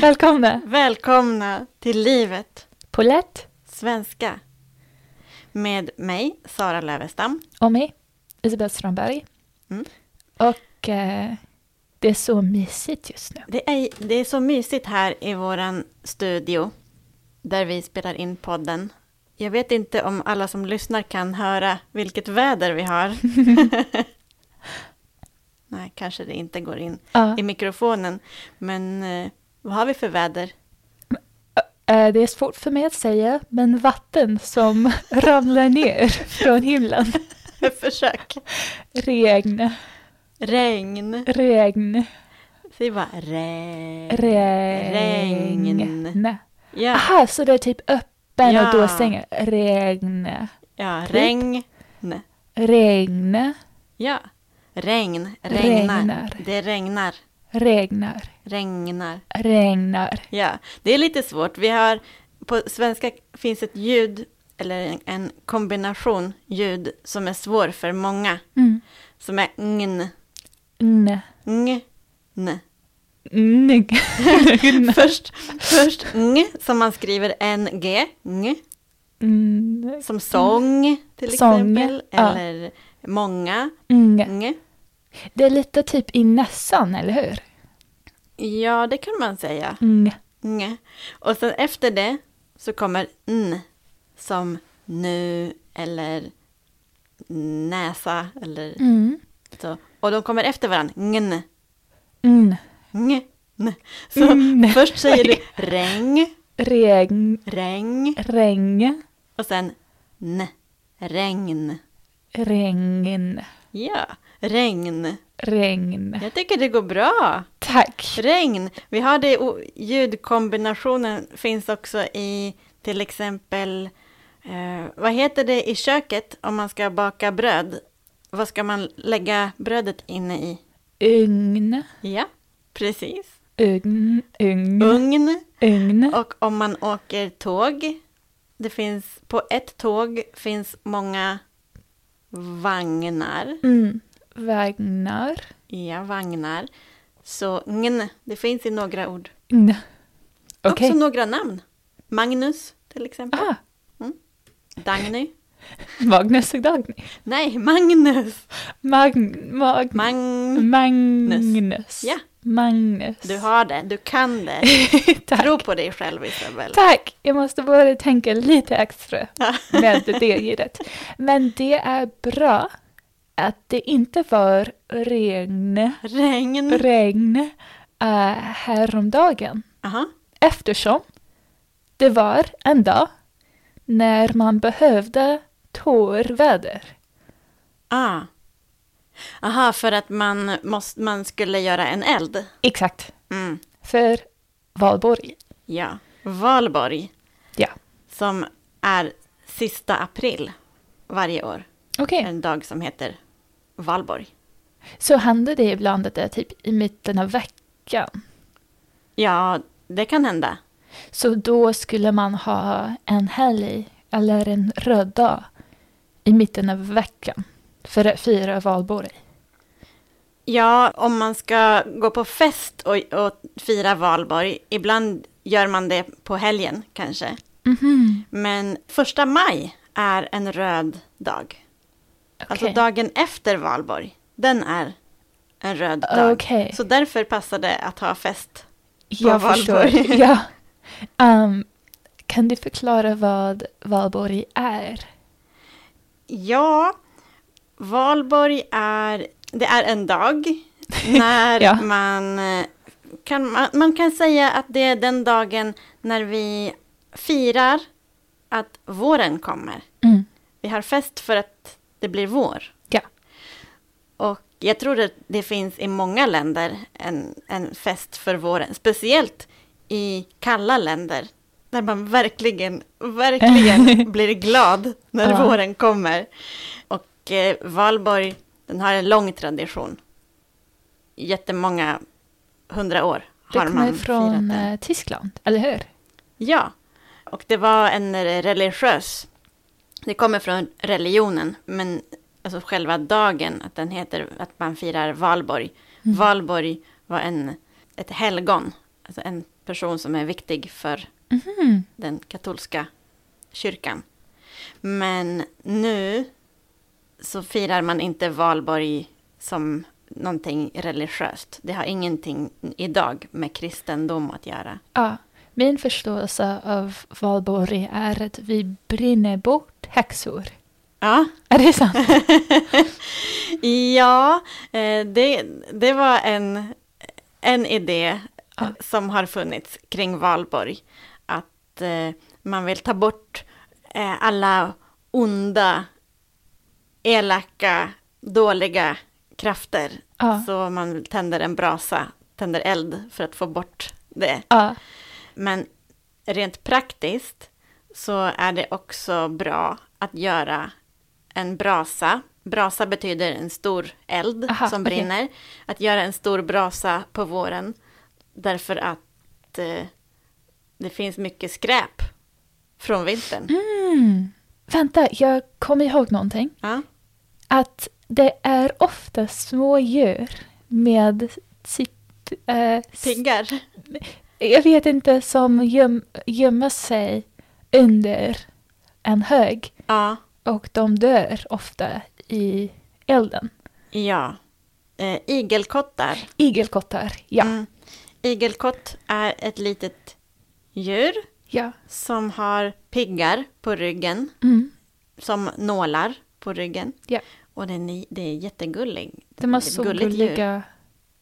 Välkomna! Välkomna till livet Paulette svenska. Med mig, Sara Lövestam. och mig, Isabelle Strömberg. Mm. Och eh, det är så mysigt just nu. Det är, det är så mysigt här i våran studio där vi spelar in podden. Jag vet inte om alla som lyssnar kan höra vilket väder vi har. Nej, kanske det inte går in Ja. i mikrofonen. Men eh, vad har vi för väder? Eh, det är svårt för mig att säga, men vatten som ramlar ner från himlen. Försök. Regn, Regn. regn, Säg bara regn. regn. Regn. Nej. Ja. Aha, så det är typ öppen Ja. och då stänger. Regn, Ja, Typ. regn. regn, Ja. Regn. Regnar. Regnar. Det regnar. regnar, Regnar. regnar. Ja, det är lite svårt. Vi har, på svenska finns ett ljud, eller en, en kombination ljud, som är svår för många. Mm. Som är ngn, N. ng, n. N. Först, först ng, som man skriver ng, ng. Mm. Som sång, till Sång, exempel. ja. Eller många, Mm. ng. Det är lite typ i näsan, eller hur? Ja, det kan man säga. Mm. Nge. Och sen efter det så kommer n som nu eller näsa eller Mm. så. Och de kommer efter varandra. Ngn, Mm. ng, n. Så Mm. först säger du regn, Regn, regn regn, och sen n, regn. regn, Ja, regn. regn. Jag tycker det går bra. Tack. Regn. Vi har det o- ljudkombinationen finns också i till exempel eh, vad heter det i köket om man ska baka bröd? Vad ska man lägga brödet inne i? Ugn, Ja, precis. ugn, ugn, Ugn. ugn. Och om man åker tåg. Det finns på ett tåg finns många vagnar. Mm. Vagnar. Ja, vagnar. Så ngn, det finns i några ord. N. Okej. Också några namn. Magnus till exempel. Ah, Dagny? Magnus och Dagny. Nej, Magnus! Magn, mag, Mang... Mm. Magnus. Ja. Magnus. Du har det, du kan det. Tack. Tro på dig själv, Isabel. Tack! Jag måste börja tänka lite extra med det ljudet. Men det är bra att det inte var regn, Mm. Regn. regn eh, häromdagen. Aha. Eftersom det var en dag när man behövde torrväder. Ah. Aha, för att man, måste, man skulle göra en eld. Exakt. Mm. För valborg. Ja. Valborg, Ja. som är sista april varje år. Okej. En dag som heter Valborg. Så händer det ibland att det är typ i mitten av veckan. Ja, det kan hända. Så då skulle man ha en helg eller en röd dag i mitten av veckan för att fira valborg. Ja, om man ska gå på fest och, och fira valborg, ibland gör man det på helgen kanske. Mhm. Men första maj är en röd dag. Alltså Okej. dagen efter valborg, den är en röd dag. Okej. Så därför passar det att ha fest. Jag på förstår. valborg. ja. Ehm, kan du förklara vad valborg är? Ja, valborg är, det är en dag när Ja. man, eh, kan, man, man kan säga att det är den dagen när vi firar att våren kommer. Mm. Vi har fest för att det blir vår. Ja. Och jag tror att det finns i många länder en, en fest för våren. Speciellt i kalla länder. Där man verkligen, verkligen blir glad när Ja. våren kommer. Och eh, Valborg, den har en lång tradition. Jättemånga hundra år Det har kommer man firat från den. eh, Tyskland, eller hur? Ja, och det var en religiös. Det kommer från religionen, men alltså själva dagen, att den heter att Mm. man firar valborg. Valborg var en, ett helgon, alltså en person som är viktig för Mhm. den katolska kyrkan. Men nu så firar man inte valborg som någonting religiöst. Det har ingenting idag med kristendom att göra. Ja, min förståelse av valborg är att vi brinner bort häxor. Ja, Är det sant? ja eh, det, det var en, en idé Ja. eh, som har funnits kring valborg. Att eh, man vill ta bort eh, alla onda, elaka, dåliga krafter Ja. Så man tänder en brasa, tänder eld för att få bort det. Ja. Men rent praktiskt så är det också bra att göra en brasa. Brasa betyder en stor eld Aha, som okej. brinner. Att göra en stor brasa på våren därför att eh, det finns mycket skräp från vintern. Mm. Vänta, jag kom ihåg någonting. Ja. Att det är ofta små djur med sitt... eh, s- Piggar. jag vet inte, som göm, gömmer sig under en hög. Ja. Och de dör ofta i elden. ja. Eh, igelkottar. Igelkottar, ja. Mm. Igelkott är ett litet djur ja. som har piggar på ryggen, Mm. som nålar på ryggen. Ja. Och den är, det är jättegullig. De har Det är ett så gulligt djur. gulliga...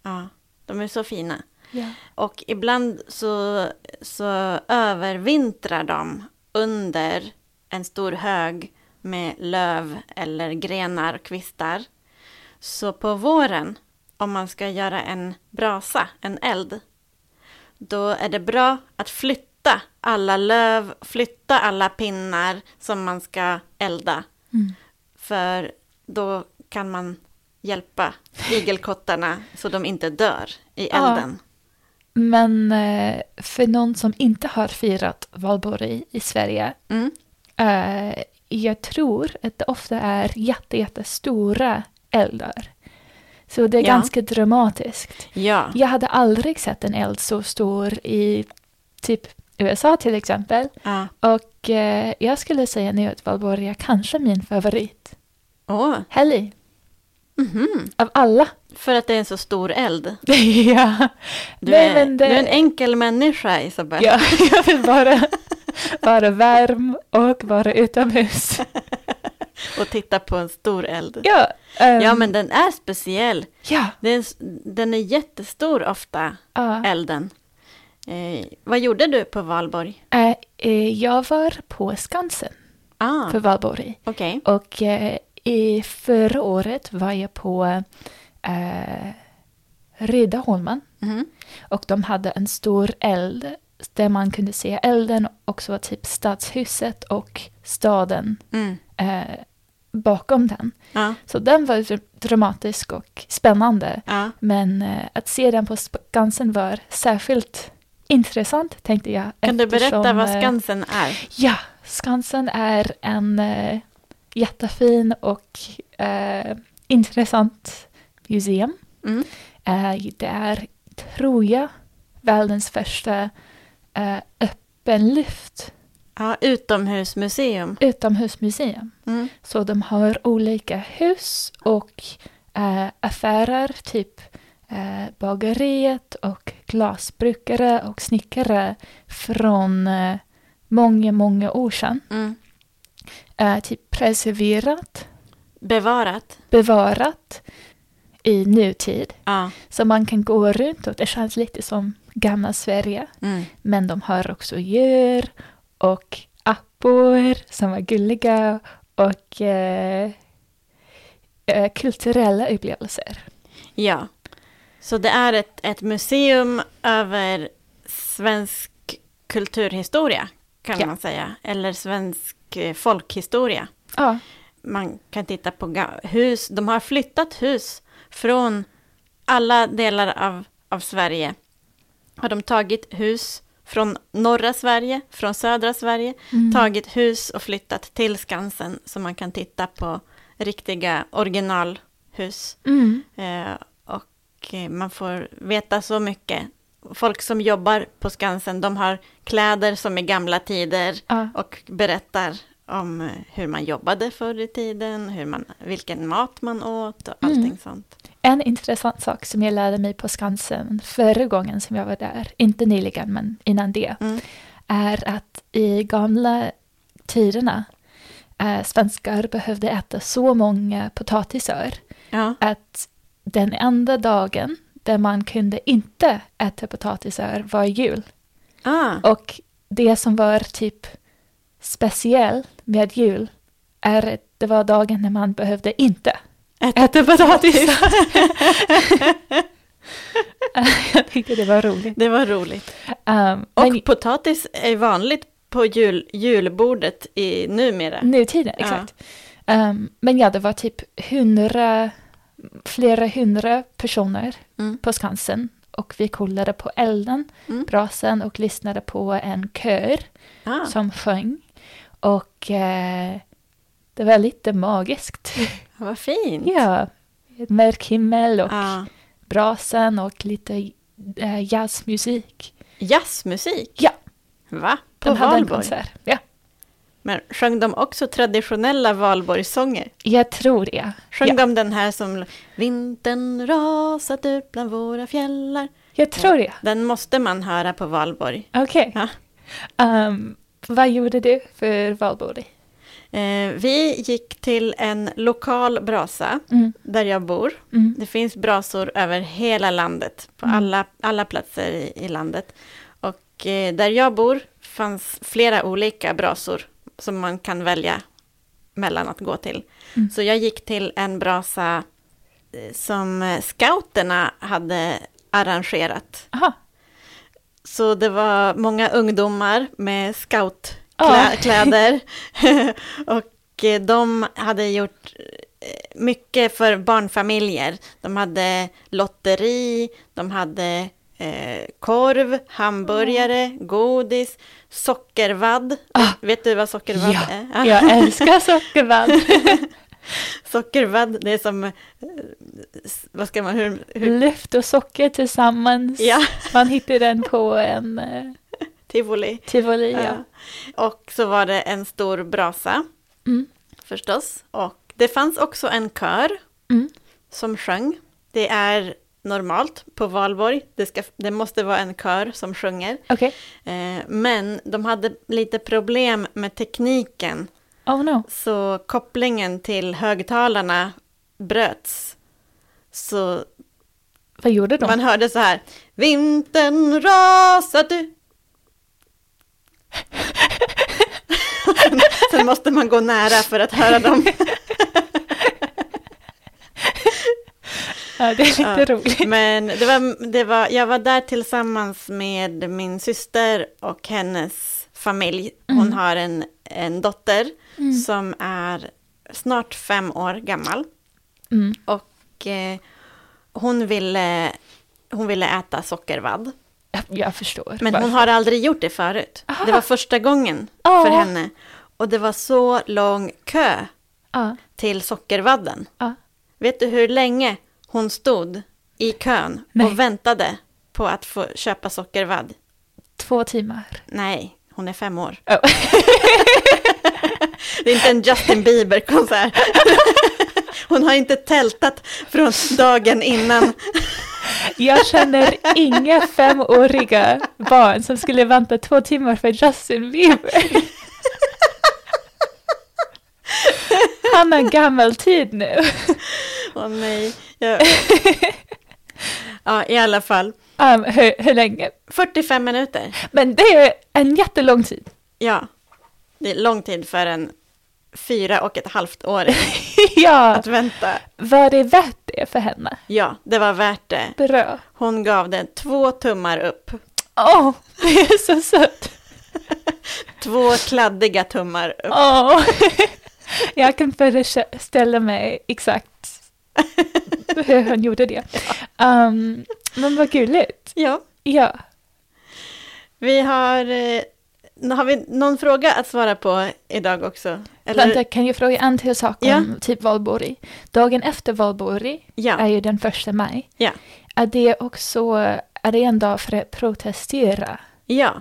Ja, de är så fina. Ja. Och ibland så, så övervintrar de under en stor hög med löv eller grenar och kvistar. Så på våren, om man ska göra en brasa, en eld, då är det bra att flytta alla löv, flytta alla pinnar som man ska elda. Mm. För då kan man hjälpa igelkottarna så de inte dör i Ja. elden. Men eh, för någon som inte har firat valborg i Sverige, Mm. eh, jag tror att det ofta är jätte, jättestora eldar. Så det är Ja. ganska dramatiskt. Ja. Jag hade aldrig sett en eld så stor i typ USA till exempel. ja. Och eh, jag skulle säga nu att valborg är kanske min favorit. Åh. Helg, Mhm. av alla. För att det är en så stor eld. ja. Du, Nej, är, men det- du är en enkel människa, Isabel. Ja, jag vill bara vara varm och vara utomhus. Och titta på en stor eld. Ja, ehm, Ja, men den är speciell. ja, Den är, s- den är jättestor ofta, ja. elden. Eh, vad gjorde du på valborg? Eh, eh, jag var på Skansen Ah, för valborg okej. och eh, i förra året var jag på eh, Riddarholmen Mhm. och de hade en stor eld där man kunde se elden och så var typ stadshuset och staden Mm. eh, bakom den. Ja, Så den var dr- dramatisk och spännande. ja, Men eh, att se den på Skansen var särskilt intressant tänkte jag. Kan du berätta eftersom, vad eh, Skansen är? Ja, Skansen är en eh, jättefin och eh, intressant museum. Mm. Eh, det är, tror jag, världens första eh, öppenlyft Ja, utomhusmuseum. utomhusmuseum. Mm. Så de har olika hus och eh, affärer, typ eh, bageriet och glasbrukare och snickare från eh, många, många år sedan. Mm. Eh, typ preserverat, Bevarat. bevarat i nutid. Ja. Så man kan gå runt och det känns lite som gamla Sverige. Mm. Men de har också djur och appor som är gulliga och eh, eh, kulturella upplevelser. Ja. Så det är ett, ett museum över svensk kulturhistoria, kan Ja. man säga. Eller svensk eh, folkhistoria. Ja, Man kan titta på ga- hus. De har flyttat hus från alla delar av, av Sverige. Har de tagit hus från norra Sverige, från södra Sverige, Mm. tagit hus och flyttat till Skansen så man kan titta på riktiga originalhus. mm. Eh, och eh, man får veta så mycket folk som jobbar på Skansen, de har kläder som är gamla tider Ja. och berättar om eh, hur man jobbade förr i tiden, hur man, vilken mat man åt och allting Mm. sånt. En intressant sak som jag lärde mig på Skansen förra gången som jag var där, inte nyligen men innan det, Mm. är att i gamla tiderna eh, svenskar behövde äta så många potatisar Ja, att den enda dagen där man kunde inte äta potatisar var jul. ah, Och det som var typ speciell med jul är att det var dagen när man behövde inte Äta äta potatis. Jag tyckte det var roligt. det var roligt. Um, Och men potatis är vanligt på jul, julbordet i, numera. nutiden, exakt. Um, men ja, det var typ hundra, flera hundra personer Mm. på Skansen och vi kollade på elden, Mm. brasan och lyssnade på en kör Ah, som sjöng. Och eh, det var lite magiskt. vad fint. ja, mörk himmel och Ah, brasan och lite eh, jazzmusik. jazzmusik? Ja. Va? På De hade en valborg? konsert. Ja, Men sjöng de också traditionella valborgssånger? jag tror det. Sjöng Ja. de den här som Vintern rasat ut bland våra fjällar? Jag tror det. Den måste man höra på valborg. Okej. Ja. Ehm, vad gjorde du för valborg? Eh, vi gick till en lokal brasa Mm. där jag bor. Mm. Det finns brasor över hela landet, på Mm. alla, alla platser i, i landet. Och eh, där jag bor fanns flera olika brasor som man kan välja mellan att gå till. Mm. Så jag gick till en brasa eh, som eh, scouterna hade arrangerat. Aha. Så det var många ungdomar med Ja. scoutkläder. och eh, de hade gjort eh, mycket för barnfamiljer. De hade lotteri, de hade eh, korv, hamburgare, godis, sockervadd. Ah. Vet du vad sockervadd Ja. är? Ah, Ja. Jag älskar sockervadd. Sockervadd, det är som... eh, s- Vad ska man... Hur, hur, Luft och socker tillsammans. ja, Man hittar den på en eh, tivoli. tivoli. Ja. Ja. Och så var det en stor brasa. Mm. förstås. Och det fanns också en kör Mm. som sjöng. Det är normalt på valborg. Det, ska, det måste vara en kör som sjunger. Okej. Eh, men de hade lite problem med tekniken. Oh no. Så kopplingen till högtalarna bröts. Så Vad gjorde de? man hörde så här. Vintern rasar du. Sen måste man gå nära för att höra dem. Ja, det är lite Ja. roligt. Men det var, det var, jag var där tillsammans med min syster och hennes familj. Hon Mm. har en, en dotter Mm. som är snart fem år gammal. Mm. Och eh, hon, ville, hon ville äta sockervadd. Jag- Jag förstår. Men hon varför. har aldrig gjort det förut. Aha. Det var första gången Ja. för henne. Och det var så lång kö Ja, till sockervadden. ja. Vet du hur länge hon stod i kön Nej. och väntade på att få köpa sockervadd? Två timmar. Nej, hon är fem år. Oh. Det är inte en Justin Bieber-konsert. Hon har inte tältat från dagen innan. Jag känner inga femåriga barn som skulle vänta två timmar för Justin Bieber. Han har gammal tid nu. Åh nej. Jag... Ja, i alla fall. Um, hur, hur länge? 45 minuter. Men det är en jättelång tid. Ja, det är lång tid för en fyra och ett halvt år ja, att vänta. var det värt det för henne? Ja, det var värt det. Bra. Hon gav det två tummar upp. Åh, det är så sött. Två kladdiga tummar upp. Åh, jag kan föreställa mig exakt hur hon gjorde det. Um, men vad gulligt. Ja, Ja. vi har... eh, Har vi någon fråga att svara på idag också? Vänta, kan jag fråga en till sak om Ja. typ valborg? Dagen efter valborg Ja. är ju den första maj. Ja. Är det också är det en dag för att protestera. Ja.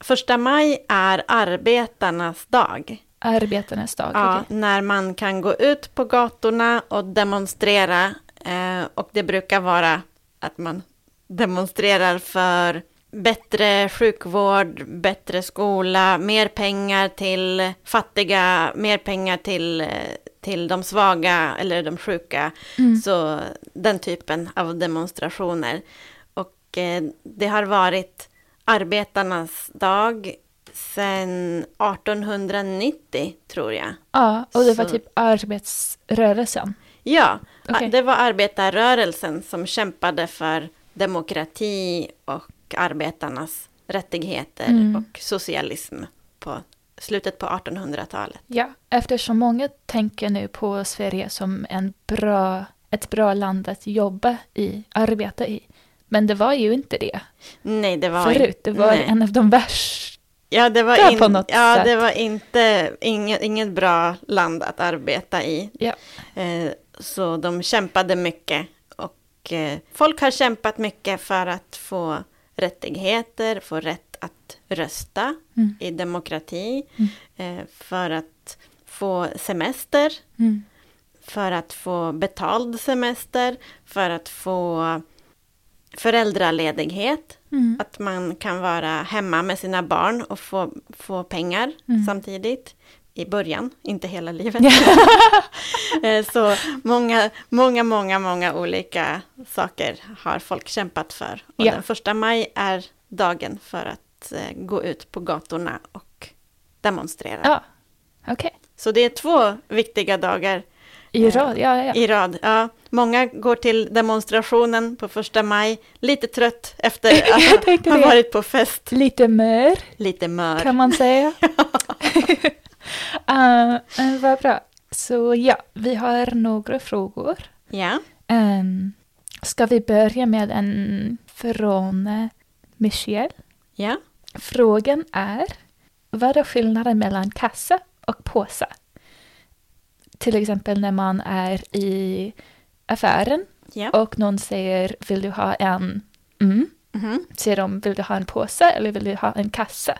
Första maj är arbetarnas dag. Arbetarnas dag. Ja, okej. när man kan gå ut på gatorna och demonstrera. Eh, och det brukar vara att man demonstrerar för bättre sjukvård, bättre skola, mer pengar till fattiga, mer pengar till, eh, till de svaga eller de sjuka. Mm. Så den typen av demonstrationer. Och eh, det har varit arbetarnas dag sedan 1890 tror jag. Ja, och det var Så- typ arbetsrörelsen. Ja, Okej. det var arbetarrörelsen som kämpade för demokrati och arbetarnas rättigheter Mm. och socialism på slutet på 1800-talet. Ja, eftersom många tänker nu på Sverige som en bra, ett bra land att jobba i, arbeta i. Men det var ju inte det Nej, det var förut. Det var nej. en av de värsta. Ja, det var, Där på något ja, det sätt. var inte, inget, inget bra land att arbeta i. Ja. Eh, så de kämpade mycket. Och eh, folk har kämpat mycket för att få rättigheter, få rätt att rösta Mm. i demokrati, eh, för att få semester, Mm. för att få betald semester, för att få föräldraledighet. Mm. Att man kan vara hemma med sina barn och få, få pengar Mm. samtidigt. I början, inte hela livet. Eh, Så många, många, många, många olika saker har folk kämpat för. Och Ja. den första maj är dagen för att eh, gå ut på gatorna och demonstrera. Ja, okej. Så det är två viktiga dagar I rad, ja, ja. ja. Eh, i rad. Ja, många går till demonstrationen på första maj, lite trött efter Jag att tänkte ha det. varit på fest, Lite mer. lite mör. kan man säga. Eh, men vad bra. Så ja, vi har några frågor. Ja, Um, ska vi börja med en från eh, Michelle? ja. Frågan är, vad är skillnaden mellan kassa och påse? Till exempel när man är i affären ja. och någon säger, vill du ha en? Mm. Mhm. Säger de, vill du ha en påse eller vill du ha en kassa?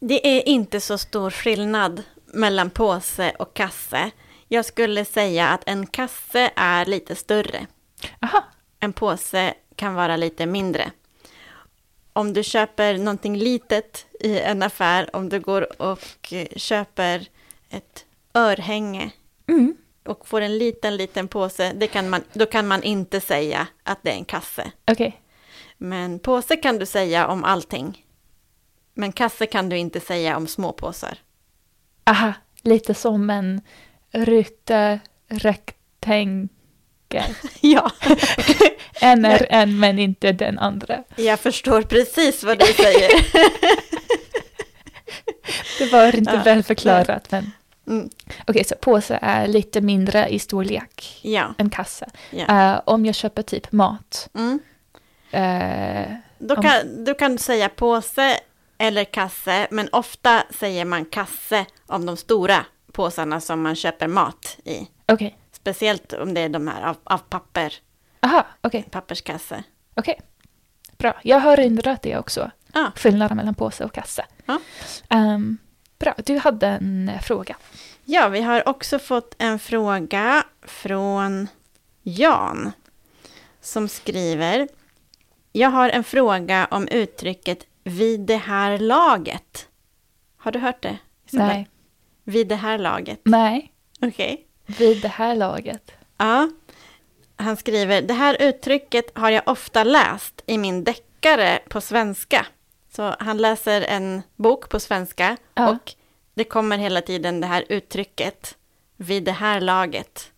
Det är inte så stor skillnad mellan påse och kasse. Jag skulle säga att en kasse är lite större. Aha, En påse kan vara lite mindre. Om du köper någonting litet i en affär, om du går och eh, köper ett örhänge mm. och får en liten, liten påse, det kan man, då kan man inte säga att det är en kasse. okej. Men påse kan du säga om allting. Men kasse kan du inte säga om små påsar. Aha, lite som en ruta, rektangel. Ja, En är en men inte den andra. jag förstår precis vad du säger. Det var inte Ja, väl förklarat men. Mm. Okej, så påse är lite mindre i storlek Ja, än kasse. Ja. Eh, om jag köper typ mat, mm. eh, då, Om- kan, då kan du säga påse eller kasse, men ofta säger man kasse om de stora påsarna som man köper mat i. okej. Speciellt om det är de här av, av papper, Aha, okej, papperskasse. okej. Bra, jag har undrat det också. Ja. Skillnaden mellan påse och kasse. Ja. Ehm, bra, du hade en eh, fråga. Ja, vi har också fått en fråga från Jan som skriver. Jag har en fråga om uttrycket vid det här laget. Har du hört det? Isabel? Nej, Vid det här laget. nej, Okej. vid det här laget. Ja. Han skriver, det här uttrycket har jag ofta läst i min deckare på svenska. Så han läser en bok på svenska Ja. och det kommer hela tiden det här uttrycket vid det här laget.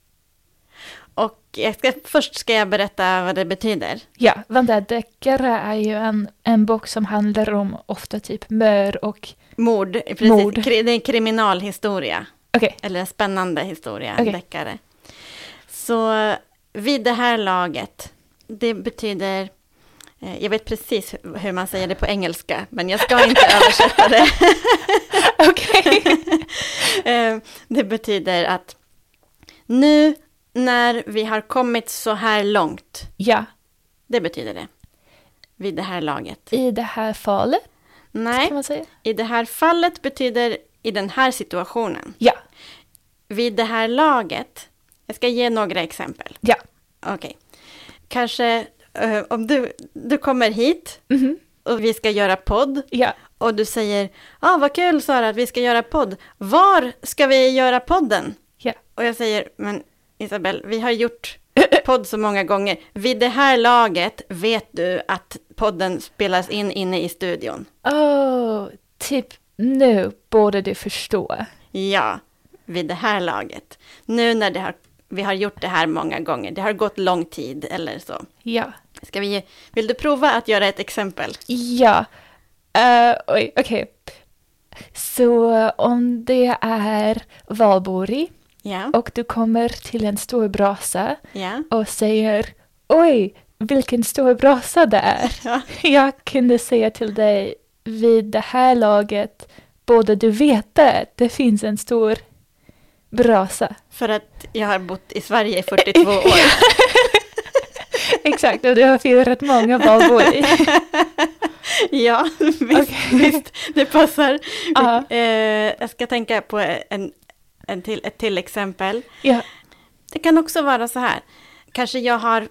Och jag ska, först ska jag berätta vad det betyder. Ja, vänta, deckare är ju en, en bok som handlar om ofta typ mör och... Mord, precis, Mord. Kri, det är en kriminalhistoria. Okej, eller en spännande historia, Okej. en deckare. Så vid det här laget, det betyder, eh, jag vet precis hu- hur man säger det på engelska, men jag ska inte översätta det. okej. Eh, det betyder att nu när vi har kommit så här långt, ja, det betyder det. vid det här laget. I det här fallet, Nej, kan man säga? i det här fallet betyder i den här situationen. Ja, Vid det här laget. Jag ska ge några exempel. ja. Okej. Kanske eh, om du, du kommer hit Mhm. och vi ska göra podd. Ja, Och du säger, ah, vad kul Sara att vi ska göra podd. Var ska vi göra podden? ja. Och jag säger, men Isabel, vi har gjort podd så många gånger. Vid det här laget vet du att podden spelas in inne i studion. Oh, typ nu borde du förstå. Ja, vid det här laget. Nu när det har, vi har gjort det här många gånger, det har gått lång tid eller så. Ja. Ska vi, vill du prova att göra ett exempel? Ja. Eh, oj, okej. Så om det är valborg Ja, och du kommer till en stor brasa ja, och säger Oj, vilken stor brasa det är. ja, Jag kunde säga till dig vid det här laget borde du veta att det finns en stor brasa. för att jag har bott i Sverige i 42 år. Exakt, och du har firat många valborg. Ja, visst, Okej. visst det passar. Ja. Eh, jag ska tänka på en, en till, ett till exempel. Ja, Det kan också vara så här. Kanske jag har,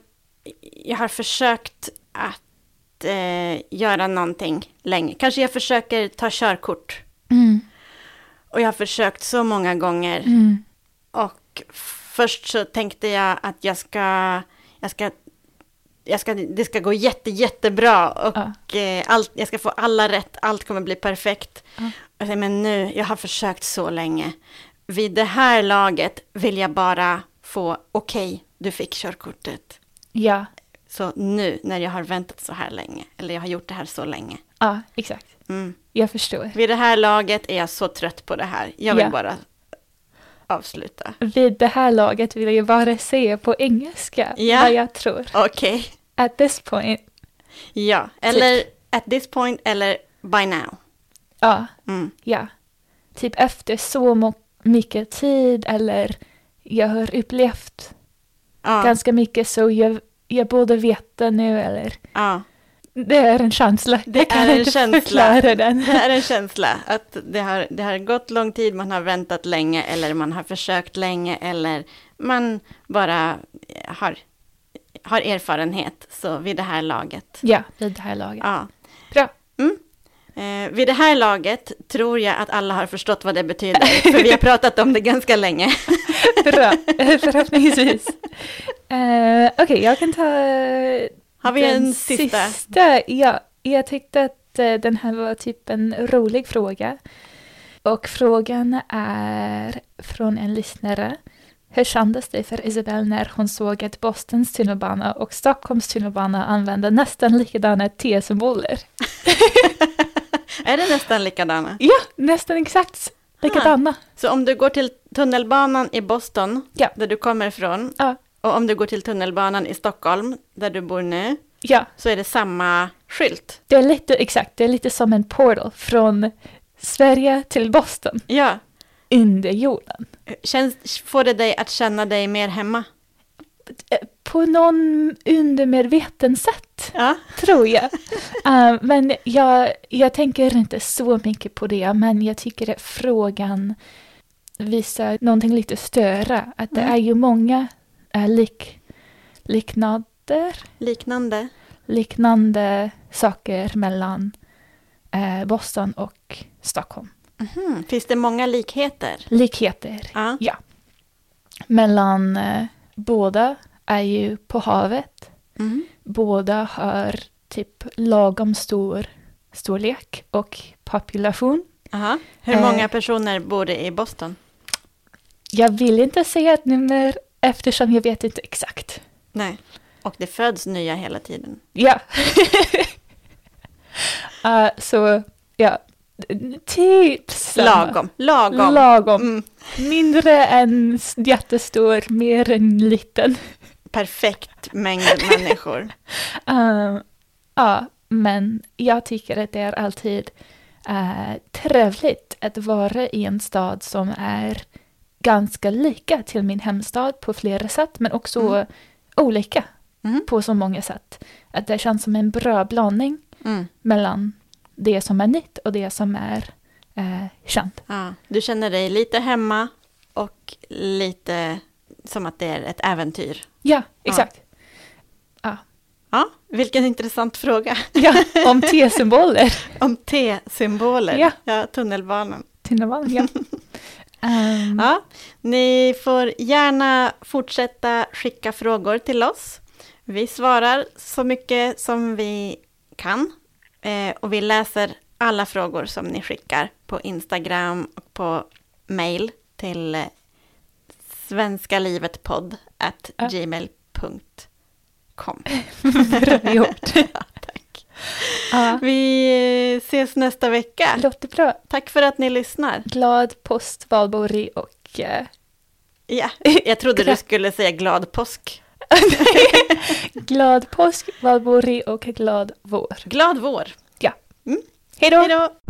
jag har försökt att eh, göra någonting länge. Kanske jag försöker ta körkort. mm, Och jag har försökt så många gånger. mm, Och först så tänkte jag att jag ska, jag ska, jag ska det ska gå jätte, jättebra. Och eh, allt, jag ska få alla rätt, allt kommer bli perfekt. Ja. Och jag, men nu, jag har försökt så länge. Vid det här laget vill jag bara få, okej, du fick körkortet. ja, Så nu, när jag har väntat så här länge, eller jag har gjort det här så länge. ja, exakt. Mm. Jag förstår. Vid det här laget är jag så trött på det här. Jag vill Ja. bara avsluta. Vid det här laget vill jag bara säga på engelska Ja. vad jag tror. Okej. At this point, Ja, eller at this point eller by now. ja, Mm. ja. Typ efter så mo- mycket tid eller jag har upplevt Ja, ganska mycket så jag, jag borde veta nu eller ja. det är en känsla. Det jag kan är en inte känsla. förklara den. Det är en känsla att det har, det har gått lång tid, man har väntat länge eller man har försökt länge eller man bara eh, har, har erfarenhet. Så vid det här laget. Ja, vid det här laget. Ja. Mm. Bra. Eh, vid det här laget tror jag att alla har förstått vad det betyder, för vi har pratat om det ganska länge. Bra, förhoppningsvis. Eh, Okej, jag kan ta eh, Har vi en sista? ja, jag tyckte att eh, den här var typ en rolig fråga. Och frågan är från en lyssnare. Hur kändes det för Isabel när hon såg att Bostons tunnelbana och Stockholms tunnelbana använde nästan likadana T-symboler? Är det nästan likadana? Ja, nästan exakt Ah. likadana. Så om du går till tunnelbanan i Boston, Ja. där du kommer ifrån, Ja. och om du går till tunnelbanan i Stockholm, där du bor nu, Ja, så är det samma skylt. det är lite exakt, det är lite som en portal från Sverige till Boston. Ja. under jorden. Känns, får det dig att känna dig mer hemma? Eh, På någon undermedveten sätt, Ja. tror jag. Eh, men jag, jag tänker inte så mycket på det, men jag tycker att frågan visar någonting lite större. Att det Mm. är ju många eh, lik, liknader, Liknande? liknande saker mellan eh, Boston och Stockholm. Mhm. Finns det många likheter? Likheter Ja. mellan eh, båda är ju på havet. Mm. båda har typ lagom stor storlek och population. Aha. Hur Eh. många personer bor det i Boston? Jag vill inte säga ett nummer eftersom jag vet inte exakt. Nej. Och det föds nya hela tiden. Ja. Eh, så, ja. Typ samma. Lagom. Lagom. Lagom. Mm. Mindre än s- jättestor, mer än liten. Perfekt mängd människor. Eh, ja, men jag tycker att det är alltid eh, trevligt att vara i en stad som är ganska lika till min hemstad på flera sätt, men också Mm. olika Mm. på så många sätt. Att det känns som en bra blandning Mm. mellan det som är nytt och det som är eh, känt. Ja. Du känner dig lite hemma och lite som att det är ett äventyr. Ja, exakt. Ja, vilken intressant fråga Ja, om T-symboler. om T-symboler. Ja. tunnelbanan. Tunnelbanan, ja. Ehm, Ja, ni får gärna fortsätta skicka frågor till oss. Vi svarar så mycket som vi kan eh, och vi läser alla frågor som ni skickar på Instagram och på mail till eh, Ja. svenskalivetpodd@gmail.com. Bra gjort. Tack. Ja, Vi ses nästa vecka. låter bra. Tack för att ni lyssnar. Glad post, valborg och... Eh, Ja, jag trodde du skulle säga glad påsk. glad påsk, valborg och glad vår. Glad vår. Hej då! Hej då!